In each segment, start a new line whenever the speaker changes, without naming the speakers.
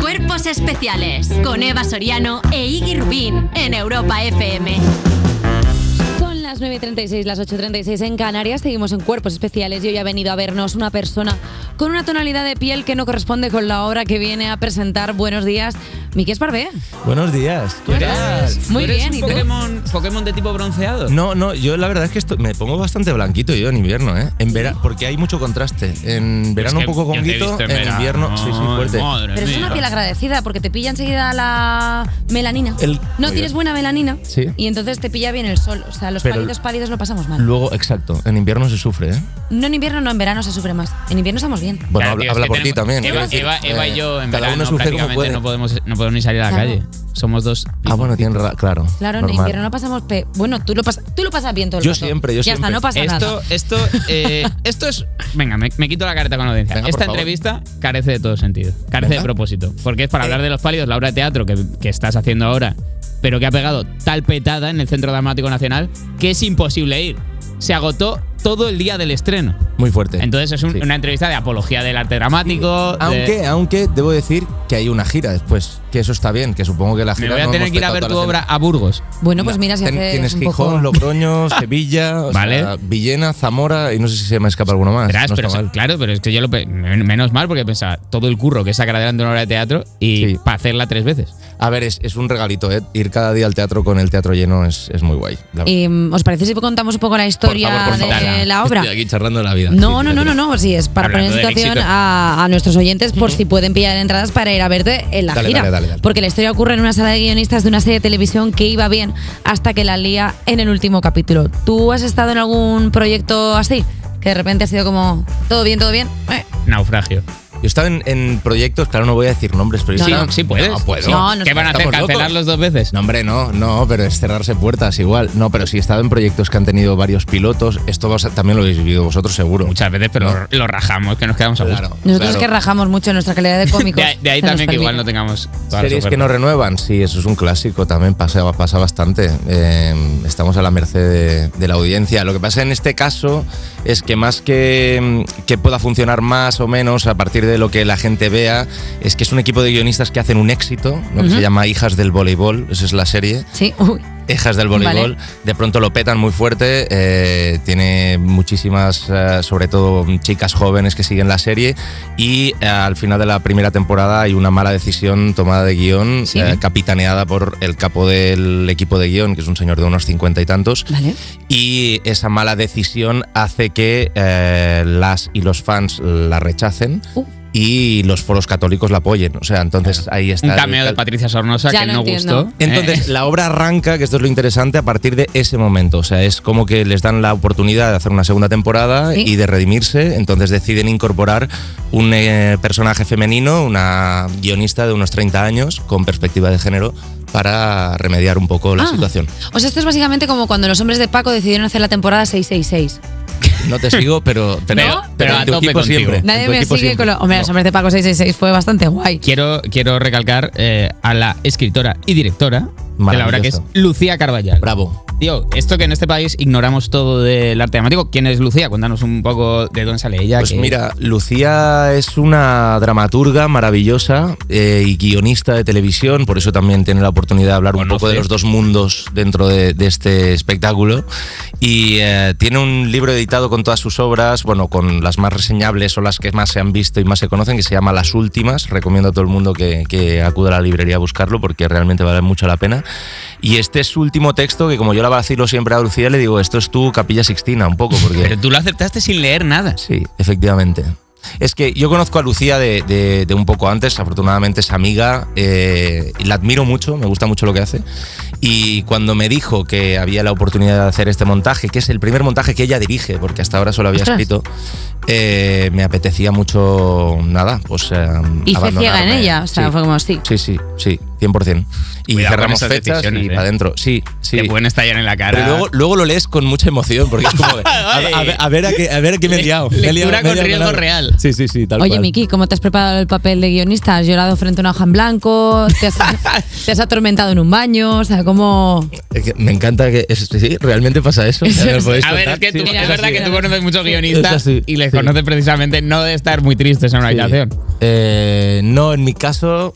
Cuerpos especiales con Eva Soriano e Iggy Rubín en Europa FM.
Son las 9.36, las 8.36 en Canarias. Seguimos en cuerpos especiales y hoy ha venido a vernos una persona con una tonalidad de piel que no corresponde con la obra que viene a presentar. Buenos días, Miki Esparvé.
Buenos días.
¿Qué tal? Muy
¿Tú eres
bien,
un
¿y tú?
Pokémon, Pokémon de tipo bronceado?
No, no, yo la verdad es que esto- me pongo bastante blanquito yo en invierno, ¿eh? En vera, porque hay mucho contraste. En verano
Es que
un poco
yo te he
conguito,
visto
en,
verano.
invierno sí, sí, fuerte.
Madre
Pero es
mía.
una piel agradecida porque te pilla enseguida la melanina.
El-
no
Muy
tienes
bien.
buena melanina
Sí.
y entonces te pilla bien el sol. O sea, los
Pero-
pálidos pálidos lo pasamos mal.
Luego, exacto, en invierno se sufre, ¿eh?
No en invierno, no en verano se sufre más. En invierno estamos bien.
Bueno,
Claro,
habla,
tío, es
habla
que
por ti
tenemos-
también.
Eva,
quiero decir,
Eva- Eva
eh,
y yo en
cada
verano
uno sufre como
prácticamente
puede.
No, podemos, no podemos ni salir a la
Claro.
calle. Somos dos.
Ah, bueno, tiene ra- claro.
Claro, en
normal.
invierno no pasamos. pe- bueno, tú lo, pas- tú lo pasas bien todo el
Yo
rato.
siempre, yo
Ya está,
siempre.
no pasa
Esto,
nada.
esto, eh, esto es. Venga, me, me quito la carta con la audiencia.
Venga, por
Esta
favor.
entrevista carece de todo sentido. Carece
Venga.
de propósito. Porque es para hablar de los pálidos, la obra de teatro que, que estás haciendo ahora, pero que ha pegado tal petada en el Centro Dramático Nacional que es imposible ir. Se agotó todo el día del estreno.
Muy fuerte.
Entonces es un-
Sí.
una entrevista de apología del arte dramático. de-
Aunque, aunque debo decir que hay una gira después, que eso está bien, que supongo que la
me
gira.
voy a
no
tener
hemos
que ir a
petado
ver
toda
tu
la
obra
gente.
a Burgos.
Bueno, pues mira, si
Ten-
haces
Tienes
un
Gijón,
poco-
Logroño, Sevilla, o
Vale.
sea, Villena, Zamora y no sé si se me escapa alguno más.
Verás,
no
pero
está
eso-
mal.
claro, pero es que yo lo pe- men- menos mal porque pensaba todo el curro que sacar adelante una obra de teatro y
Sí.
para hacerla tres veces.
A ver, es, es un regalito, ¿eh? Ir cada día al teatro con el teatro lleno es, es muy guay. la verdad.
Em, ¿Os parece si contamos un poco la historia
favor, por
de
favor.
la obra?
Estoy aquí charlando de la vida.
No, no, no, no, no, sí, es para
Hablando
poner en
del
situación
éxito.
a, a nuestros oyentes por si pueden pillar entradas para ir a verte en la
Dale,
gira.
dale, dale, dale.
Porque la historia ocurre en una sala de guionistas de una serie de televisión que iba bien hasta que la lía en el último capítulo. ¿Tú has estado en algún proyecto así? Que de repente ha sido como, todo bien, todo bien. Eh,
Naufragio.
Yo estaba en, en proyectos, claro, no voy a decir nombres, pero yo
sí,
estaba-
sí puedes.
No, puedo.
No, no
¿Qué
sé.
van a hacer?
¿Estamos locos?
¿Cancelarlos dos veces?
No, hombre, no, no, pero es cerrarse puertas igual. No, pero sí he estado en proyectos que han tenido varios pilotos. Esto vos- también lo habéis vivido vosotros seguro.
Muchas veces, pero
No.
lo rajamos, que nos quedamos a gusto.
Claro.
Nosotros
claro.
que rajamos mucho en nuestra calidad de cómicos.
De, ahí- de ahí
se nos
también que
permite.
igual no tengamos todas las
Series que
ofertas.
no renuevan, sí, eso es un clásico también, pasa, pasa bastante. Eh, estamos a la merced de, de la audiencia. Lo que pasa en este caso es que más que, mm, que pueda funcionar más o menos a partir de lo que la gente vea, es que es un equipo de guionistas que hacen un éxito, lo que se llama Hijas del Voleibol, esa es la serie.
Sí, uy.
Hijas del voleibol,
Vale.
de pronto lo petan muy fuerte, eh, tiene muchísimas, eh, sobre todo mm, chicas jóvenes que siguen la serie y eh, al final de la primera temporada hay una mala decisión tomada de guión,
Sí.
eh, capitaneada por el capo del equipo de guión, que es un señor de unos cincuenta y tantos,
Vale.
y esa mala decisión hace que eh, las y los fans la rechacen.
Uh.
Y los foros católicos la apoyen. O sea, entonces ahí está.
Un
el
cameo de
cal-
Patricia Sornosa
Ya
que
lo
no
entiendo.
gustó.
entonces,
Eh,
la obra arranca, que esto es lo interesante, a partir de ese momento. O sea, es como que les dan la oportunidad de hacer una segunda temporada
Sí.
y de redimirse. Entonces deciden incorporar un eh, personaje femenino, una guionista de unos 30 años, con perspectiva de género, para remediar un poco la
Ah.
situación.
O sea, esto es básicamente como cuando los hombres de Paco decidieron hacer la temporada 666.
No te sigo, pero, pero,
Pero-
pero
pero a
en tu
tope
equipo
contigo.
siempre. en
Nadie
tu
me
equipo
sigue
siempre.
con los. Hombre, los
No.
hombres de Paco 666 fue bastante guay.
quiero, quiero recalcar eh, a la escritora y directora de la obra que es
Maravilloso.
Lucía Carballal.
Bravo.
Tío, esto que en este país ignoramos todo del arte dramático. ¿Quién es Lucía? Cuéntanos un poco de dónde sale ella.
Pues
que-
mira, Lucía es una dramaturga maravillosa eh, y guionista de televisión, por eso también tiene la oportunidad de hablar un
Conoce.
poco de los dos mundos dentro de, de este espectáculo. Y eh, tiene un libro editado con todas sus obras, bueno, con las más reseñables o las que más se han visto y más se conocen, que se llama Las Últimas. Recomiendo a todo el mundo que, que acuda a la librería a buscarlo porque realmente vale mucho la pena. Y este es su último texto, que como yo la vacilo siempre a Lucía, le digo, esto es tu capilla sixtina, un poco, porque...
Pero tú lo aceptaste sin leer nada.
Sí, efectivamente. Es que yo conozco a Lucía de, de- de un poco antes, afortunadamente es amiga, eh, y la admiro mucho, me gusta mucho lo que hace. Y cuando me dijo que había la oportunidad de hacer este montaje, que es el primer montaje que ella dirige, porque hasta ahora solo había
Ostras.
escrito, eh, me apetecía mucho, nada, pues... eh,
Y fue
abandonarme.
ciega en ella, o sea,
Sí.
fue como sí.
Sí, sí, sí, 100%. Y
Cuidado con
cerramos
esas
fechas y
decisiones, ¿eh?
para adentro. Sí, sí.
Te pueden estallar en la cara.
Pero luego, luego lo lees con mucha emoción, porque es como de, a, a ver- a ver a qué, a ver a qué me he liado. Me he liado- me he
Lectura con
liado
riesgo
algo.
real.
Sí, sí, sí, tal
Oye,
cual.
Miki, ¿cómo te has preparado el papel de guionista? ¿Has llorado frente a una hoja en blanco? ¿Te has, te has atormentado en un baño? O sea, ¿cómo.?
Es que me encanta que. es- sí, realmente pasa eso. Ya me lo podéis
a ver, es
contar.
que tú-
Sí,
mira,
es
es
verdad
así.
que tú conoces muchos
Es
guionistas
así,
y les
sí.
conoces precisamente no de estar muy tristes en una
sí.
habitación.
Eh, no, en mi caso.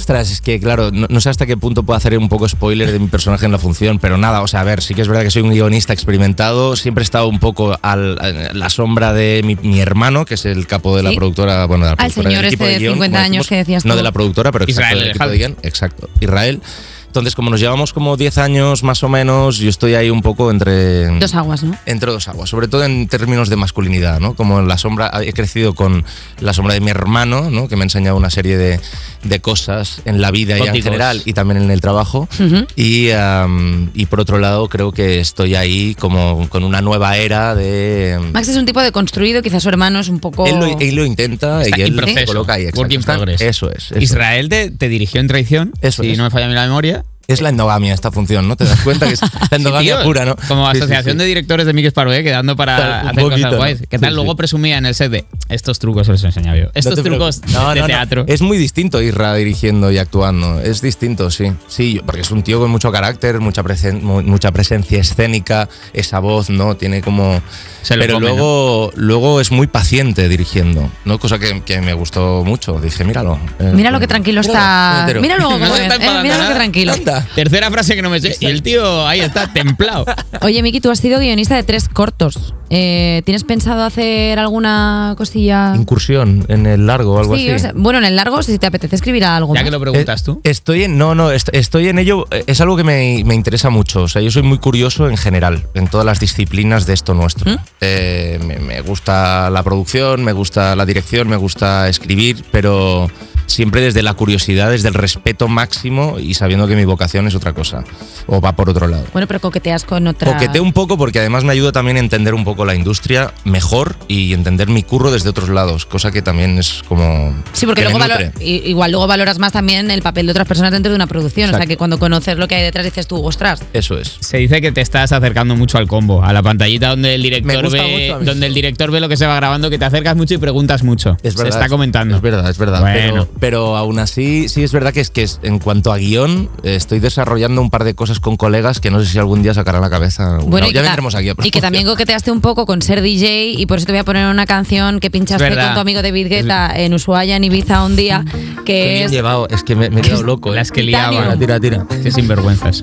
ostras, es que claro, no, no sé hasta qué punto puedo hacer un poco spoiler de mi personaje en la función, pero nada, o sea, a ver, sí que es verdad que soy un guionista experimentado, siempre he estado un poco al- a la sombra de mi, mi hermano, que es el capo de la
Sí.
productora, bueno, de la
Al
productora,
señor
del equipo
este de
guión,
50
como
años
decimos,
que decías
No
tú.
de la productora, pero exacto,
Israel
del equipo de
Alejandro.
guión, exacto, Israel. Entonces, como nos llevamos como 10 años más o menos, yo estoy ahí un poco entre
Dos aguas, ¿no?
entre dos aguas, sobre todo en términos de masculinidad, ¿no? Como la sombra, he crecido con la sombra de mi hermano, ¿no? Que me ha enseñado una serie de, de cosas en la vida ya en
Códigos.
general y también en el trabajo.
Ujú.
y, am, y por otro lado, creo que estoy ahí como con una nueva era de. em,
Max es un tipo de construido, quizás su hermano es un poco.
Él lo, él lo intenta
Está
y
en
él se
proceso.
coloca ahí. exacto,
Work in
está-
progress.
Eso es. eso es.
Israel te, te dirigió en traición,
Eso
si
es.
no me falla a mí la memoria.
Es la endogamia esta función, ¿no? Te das cuenta que es la endogamia
Tío,
pura, ¿no?
Como
Sí, sí,
asociación
sí.
de directores de Miguel Parvé quedando para
Tal, un
hacer
poquito,
cosas
¿no?
guays. ¿Qué tal?
Sí,
Luego
sí.
presumía en el set de estos trucos os los enseñaba yo. Estos
No te
trucos
preocupes. No,
de
no, no.
teatro.
Es muy distinto Isra dirigiendo y actuando. Es distinto, sí. Sí, yo- porque es un tío con mucho carácter, mucha, presen- mu- mucha presencia escénica, esa voz, ¿no? Tiene como.
Se lo
Pero
come,
luego, luego es muy paciente dirigiendo, ¿no? Cosa que, que me gustó mucho. Dije, míralo. eh,
Mira lo que tranquilo está.
entero.
Mira luego
No
cómo
se
es,
está
eh,
enfadando
mira lo que
nada.
tranquilo.
Anda.
Tercera frase que no me sé. Y el tío ahí está templado.
Oye, Miki, tú has sido guionista de tres cortos. Eh, ¿Tienes pensado hacer alguna cosilla?
Incursión en el largo o algo
Sí,
así.
o sea, bueno, en el largo, si te apetece escribir algo.
Ya
más.
que lo preguntas
Eh,
tú.
Estoy en, no, no, est- estoy en ello, eh, es algo que me, me interesa mucho, o sea, yo soy muy curioso en general, en todas las disciplinas de esto
¿Mm?
nuestro. Eh, me, me gusta la producción, me gusta la dirección, me gusta escribir, pero siempre desde la curiosidad, desde el respeto máximo y sabiendo que mi vocación es otra cosa, o va por otro lado.
Bueno, pero coqueteas con otra.
Coqueteo un poco porque además me ayuda también a entender un poco la industria mejor y entender mi curro desde otros lados, cosa que también es como...
Sí, porque
que me
luego valo-
nutre.
i- igual luego valoras más también el papel de otras personas dentro de una producción. O sea,
Exacto.
que cuando conoces lo que hay detrás dices tú, ostras.
Eso es.
Se dice que te estás acercando mucho al combo, a la pantallita donde el
Me
director
gusta
ve,
mucho a mí.
donde el director ve lo que se va grabando, que te acercas mucho y preguntas mucho.
Es
se
verdad,
está
es-
comentando.
Es verdad, es verdad.
Bueno.
Pero, pero aún así, sí es verdad que es que es- en cuanto a guión, eh, estoy desarrollando un par de cosas con colegas que no sé si algún día sacarán la cabeza.
Bueno,
ya
ta-
vendremos aquí. a
y que también coqueteaste un poco con ser DJ y por eso te voy a poner una canción que pinchaste
Es verdad.
con tu amigo David Guetta en Ushuaia, en Ibiza, un día, que
Qué bien
es...
llevado, es que me, me he quedado loco. eh.
Las que
Titanium.
liaban.
Tira, tira.
Qué Este sinvergüenzas.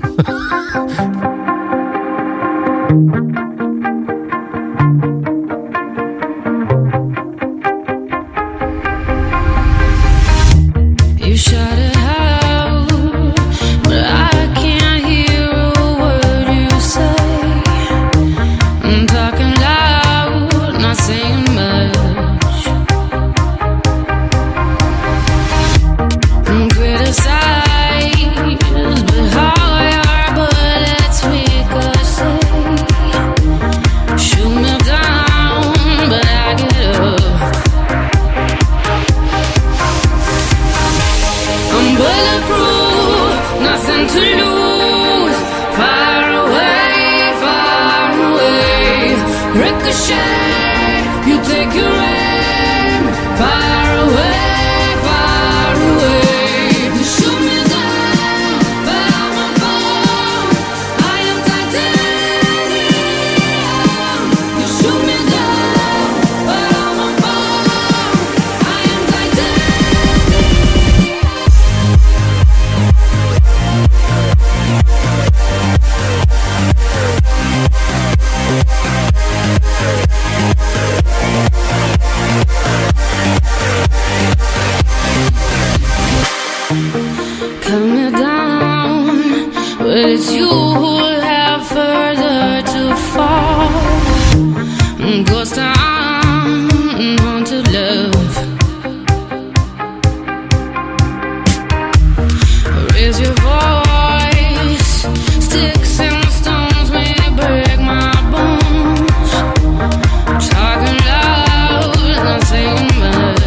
You shout it out, but I can't hear a word you say. I'm talking loud, not saying much. I'm criticized, but all your bullets ricochet. Shoot me down, but I get up. I'm bulletproof, nothing to lose. Far away, far away. Ricochet, you take your aim. Far away, far away. You shoot me down, but I won't fall. I am titanium. You shoot me down, but I won't fall. I am titanium. Cut me down, but it's you who'll have further to fall. Ghost town, haunted love. Raise your voice, sticks and stones may break my bones. Talking loud, not saying much.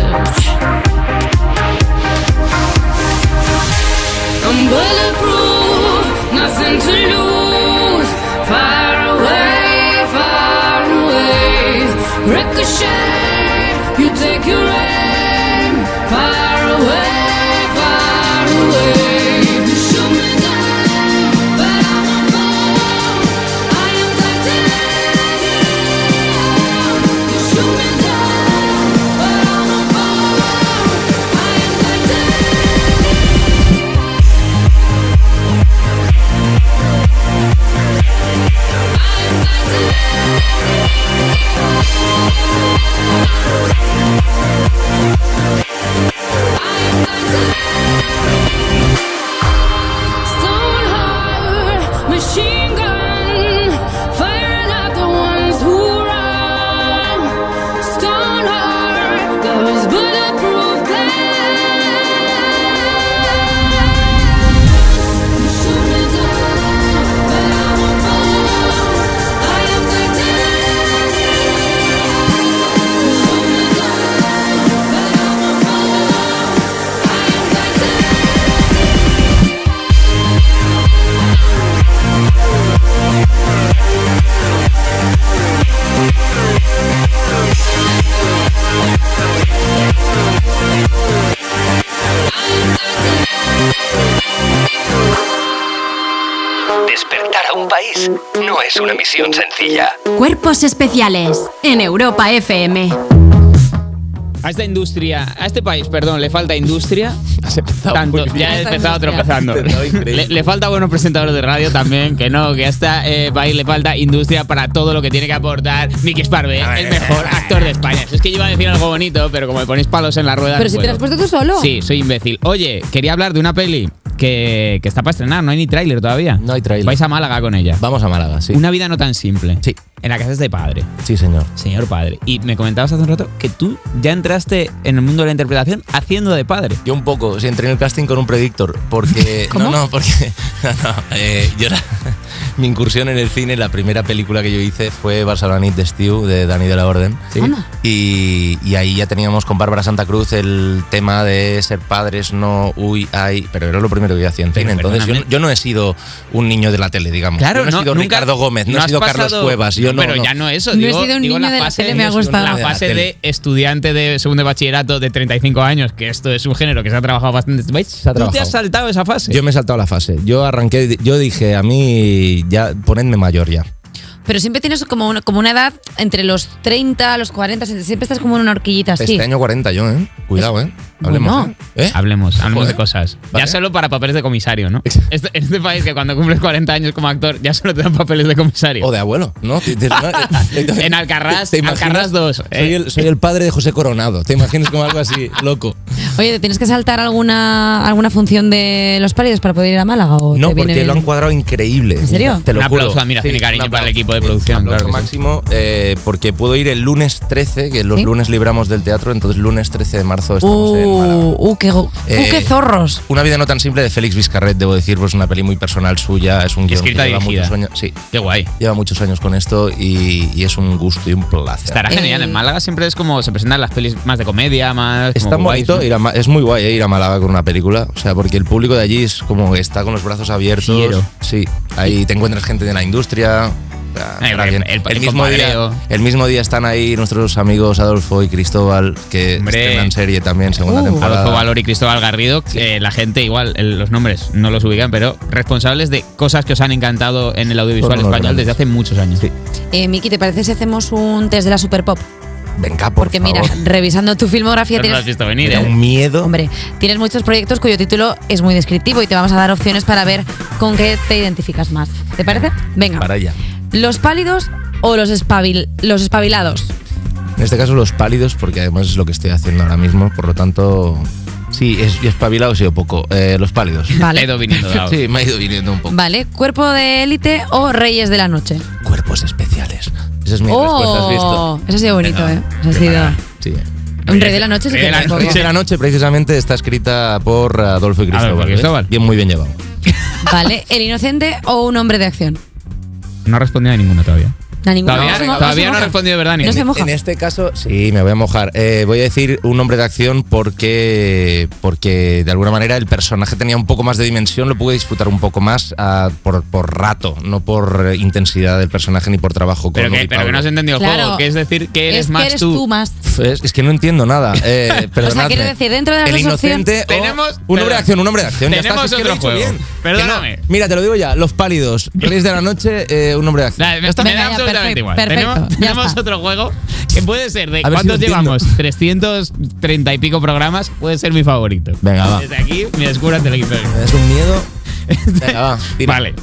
I'm bulletproof, nothing to lose. Far away, far away. Ricochet, you take your aim. Far away, far away. You shoot me
Despertar a un país no es una misión sencilla.
Cuerpos especiales en Europa FM.
A esta industria, a este país, perdón, le falta industria. Tanto, ya he
Esta
empezado
industria.
tropezando. Le, le falta buenos presentadores de radio también, que no, que a este eh, país le falta industria para todo lo que tiene que aportar Miki Sparve, el mejor actor de España. Es que yo iba a decir algo bonito, pero como me ponéis palos en la rueda.
Pero
no
si te pues,
puedo.
lo has puesto tú solo.
Sí, soy imbécil. Oye, quería hablar de una peli que, que está para estrenar, no hay ni tráiler todavía.
No hay tráiler.
Vais a Málaga con ella.
Vamos a Málaga, sí.
Una vida no tan simple.
Sí.
En la casa es de padre.
Sí, señor.
Señor padre. Y me comentabas hace un rato que tú ya entraste en el mundo de la interpretación haciendo de padre.
Yo un poco, sí, entré en el casting con un predictor, porque... No, no, porque... No, no, eh, yo era- mi incursión en el cine, la primera película que yo hice fue Barcelona de Stew, de Dani de la Orden. Y, y ahí ya teníamos con Bárbara Santa Cruz el tema de ser padres, no, uy, ay, pero era lo primero que yo hacía en
Pero
cine. Entonces yo,
perdóname.
yo no he sido un niño de la tele, digamos.
Claro,
yo no, he sido
nunca-
Ricardo Gómez, no, he
has
sido Carlos
pasado-
Cuevas, yo no.
Pero
no.
ya no eso.
No he
digo,
sido un
digo
niño
la
de la
fase
tele, me ha
yo soy un-
gustado.
La fase
De la
de
tele.
estudiante de segundo de bachillerato de 35 años, que esto es un género que se ha trabajado bastante. ¿Veis?
ha
Tú te
trabajado.
has saltado esa fase. ¿Eh?
Yo me he saltado la fase. Yo arranqué, yo dije, a mí ya ponedme mayor ya.
Pero siempre tienes como una, como una edad entre los 30, los 40, siempre estás como en una horquillita así.
Este año 40 yo, ¿eh? Cuidado, ¿eh? Hablemos.
Bueno.
¿eh? ¿Eh?
Hablemos, hablemos
Joder.
de cosas.
Vale.
Ya solo para papeles de comisario, ¿no? Este, en este país que cuando cumples 40 años como actor ya solo te dan papeles de comisario.
O de abuelo, ¿no? Te- te- te-
En Alcarrás,
¿te imaginas?
Alcarrás 2, ¿eh?
Soy, el, soy el padre de José Coronado. ¿Te imaginas como algo así, loco?
Oye, ¿te tienes que saltar alguna, alguna función de los pálidos para poder ir a Málaga? O
No,
te viene
porque lo
bien?
han cuadrado increíble.
¿En serio?
Te lo
Un
juro.
aplauso, admiración y
un
cariño para el
aplauso.
equipo de producción,
Un aplauso
claro que sí.
máximo, eh, porque puedo ir el lunes 13, que los
¿Sí?
lunes libramos del teatro, entonces lunes 13 de marzo estamos en Málaga.
Uh, uh, qué, go- uh,
Eh,
qué zorros.
Una vida no tan simple de Félix Vizcarret, debo decir, pues una peli muy personal suya, es un guión
Escrita
que
y
lleva
dirigida.
muchos años. Sí,
Qué guay.
lleva muchos años con esto y, y es un gusto y un placer.
Estará
Eh.
genial. En Málaga siempre es como se presentan las pelis más de comedia, más.
Es
como
tan
guays,
bonito,
¿no?
ir a Ma- es muy guay eh, ir a Málaga con una película, o sea, porque el público de allí es como que está con los brazos abiertos.
Fiero.
Sí, ahí te encuentras gente de la industria. ah,
El-
está bien.
el- el
mismo
compadreo.
día, el mismo día están ahí nuestros amigos Adolfo y Cristóbal, que
Hombre.
estrenan serie también, segunda
Uh.
temporada.
Adolfo Valor y Cristóbal Garrido, que la gente igual, el- los nombres no los ubican, pero responsables de cosas que os han encantado en el audiovisual
Son unos
español
grandes.
desde hace muchos años.
Eh, Miki, ¿te parece si hacemos un test de la Super Pop?
Venga, por
Porque mira,
favor.
revisando tu filmografía
No lo has
tienes,
visto venir,
Era
¿eh?
un miedo.
hombre, tienes muchos proyectos cuyo título es muy descriptivo y te vamos a dar opciones para ver con qué te identificas más. ¿Te parece? Venga.
Para allá.
¿Los pálidos o los, espabil- los espabilados?
En este caso los pálidos, porque además es lo que estoy haciendo ahora mismo, por lo tanto, sí, es, espabilado, sí, o poco. Eh, los pálidos.
He ido
Vale.
viniendo dado.
Sí, me ha ido viniendo un poco.
Vale, cuerpo de élite o reyes de la noche.
Cuerpos especiales. Esa es mi
Oh.
respuesta, ¿has visto?
eso ha sido bonito, ¿eh? Eso ha sido.
Sí.
Un rey de la noche sí
Rey
que
de la
tampoco.
noche.
Noche de la noche precisamente está escrita por Adolfo y Cristóbal.
Adolfo y
¿ves?
Cristóbal.
Bien, muy bien llevado.
Vale, ¿el inocente o un hombre de acción?
No ha respondido a ninguno todavía.
A ninguno.
Todavía,
No se mo-
todavía
se
no ha
moja.
respondido de verdad
No
ninguno.
se moja.
En este caso, sí, me voy a mojar. Eh, voy a decir un nombre de acción porque, porque de alguna manera el personaje tenía un poco más de dimensión, lo pude disfrutar un poco más ah, por, por rato, no por eh, intensidad del personaje ni por trabajo con
Pero que,
Lucy
pero que
Pablo.
no has entendido el
Claro.
juego, que es decir, que eres
es
más
que eres tú, más.
Es, es que no entiendo nada. Eh, perdonadme.
quiero decir, dentro de las
El
dos
inocente
opciones-
o
Tenemos-
un hombre de acción, un hombre de acción. ya está,
Tenemos
si es que lo he
otro
dicho
juego.
bien.
Perdóname.
Que no. Mira, te lo digo ya. Los pálidos. Reyes de la noche, eh, un hombre de acción.
La- me,
Ya está.
me
Venga,
da
ya,
absolutamente
perfecto,
igual.
perfecto,
tenemos
ya
tenemos
está.
otro juego que puede ser de
A ver si
cuántos
lo entiendo.
llevamos, 330 y pico programas, puede ser mi favorito.
Venga, va.
Desde aquí, mi descubra te lo quito.
Es un miedo. Venga, va, tira.
Vale.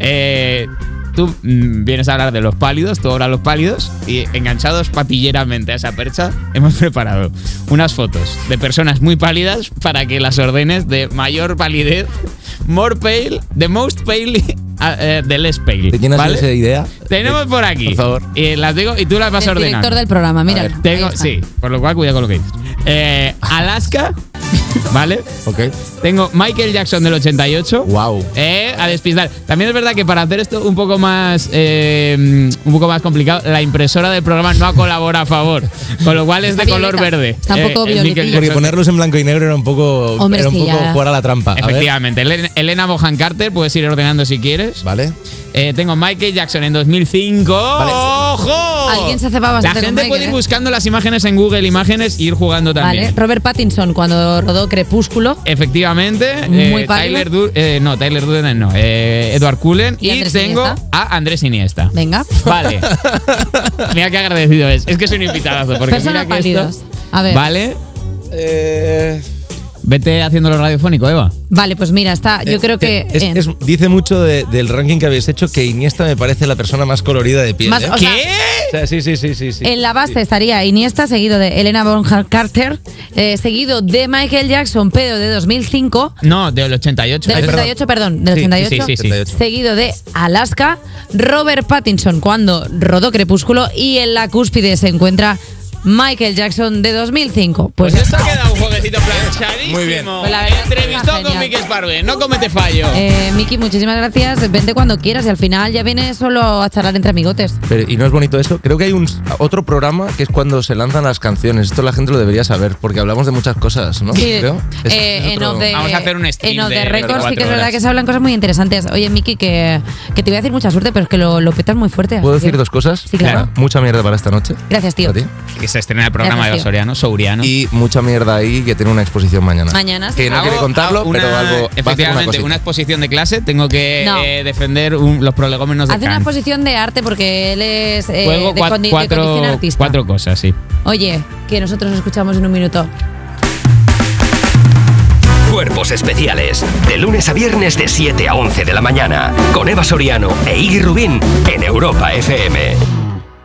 Eh, tú mm, vienes a hablar de los pálidos, tú hablas de los pálidos y enganchados patilleramente a esa percha, hemos preparado unas fotos de personas muy pálidas para que las ordenes de mayor palidez, more pale, the most pale, a- eh, the less pale.
¿De quién ha sido
¿vale?
esa idea?
Tenemos por aquí.
Por favor.
Eh, las digo y tú las vas
El
ordenando.
director del programa, mira.
ver,
Tengo, sí, por lo cual cuidado con lo que dices. Eh, Alaska, ¿vale?
Ok.
Tengo Michael Jackson del 88.
Wow.
Eh, a despistar. También es verdad que para hacer esto un poco más eh, un poco más complicado, la impresora del programa no ha colaborado a favor. Con lo cual es de
Está
color
violeta.
verde.
Está un poco
el Michael
violetilla.
Jackson.
Porque ponerlos en blanco y negro era un poco,
Hombre,
era un
es que
poco
ya-
jugar a la trampa. A ver.
Efectivamente. Elena- Elena Bohan Carter, puedes ir ordenando si quieres.
Vale.
Eh, tengo Michael Jackson en 2005. ¡Ojo!
Alguien se hace babas
La
de
gente
Michael,
puede ir
¿eh?
buscando las imágenes en Google Imágenes y ir jugando también.
Vale, Robert Pattinson cuando rodó Crepúsculo.
Efectivamente,
Muy pálido.
eh, Tyler Dur- eh, no, Tyler Durden no, eh, Edward Cullen
¿Y
y,
Andrés
tengo
Iniesta?
a Andrés Iniesta.
Venga.
Vale. mira qué agradecido es. Es que soy un invitadazo. Porque
Personas
mira que esto-
pálidos. A ver.
Vale.
Eh,
Vete haciéndolo radiofónico, Eva.
Vale, pues mira, está. Yo
Eh,
creo que.
es-
en-
es- dice mucho de- del ranking que habéis hecho que Iniesta me parece la persona más colorida de piel.
Más-
¿eh?
o sea,
O sea, sí, sí, sí, sí, sí.
En la base
Sí.
estaría Iniesta, seguido de Elena Bonham Carter, eh, seguido de Michael Jackson, pero de 2005,
No, del 88.
del
perdón.
88, perdón, del
Sí, sí,
88,
sí, sí,
sí.
seguido de Alaska, Robert Pattinson cuando rodó Crepúsculo y en la cúspide se encuentra Michael Jackson de 2005. Pues
Pues esto ha quedado un jueguecito planchadísimo.
Muy bien.
Pues la verdad es que está
Entrevistó con
genial.
Miquel Sparve. No comete fallo.
eh, Miki, muchísimas gracias. Vente cuando quieras y al final ya viene solo a charlar entre amigotes.
Pero, y no es bonito eso. Creo que hay un otro programa que es cuando se lanzan las canciones. Esto la gente lo debería saber porque hablamos de muchas cosas, ¿no?
Sí,
Creo. Es-
eh,
es
en
otro-
off the-
Vamos a hacer un stream
En off the
de
records sí que es
24
verdad
horas.
que se hablan cosas muy interesantes. Oye, Miki, que, que te voy a decir mucha suerte, pero es que lo, lo petas muy fuerte.
¿Puedo
así
decir
que-
dos cosas?
Sí, claro.
Una, mucha mierda para esta noche.
Gracias, tío.
A ti.
Que se estrena el programa
Gracias,
de
tío.
los Soriano, Souriano.
Y mucha mierda ahí que tiene una exposición mañana.
Mañana, sí.
Que no
Hago-
quiere contarlo,
hago Ah, una-
pero algo. va a hacer
Efectivamente,
cosita.
una, exposición de clase. Tengo que
No.
eh, defender un- los prolegómenos de
Hace una
Kant.
exposición de arte porque él es eh,
Juego
de,
cua-
condi- de
cuatro,
condición artista.
cuatro cosas, sí.
Oye, que nosotros nos escuchamos en un minuto.
Cuerpos especiales. De lunes a viernes de 7 a 11 de la mañana. Con Eva Soriano e Iggy Rubín en Europa FM.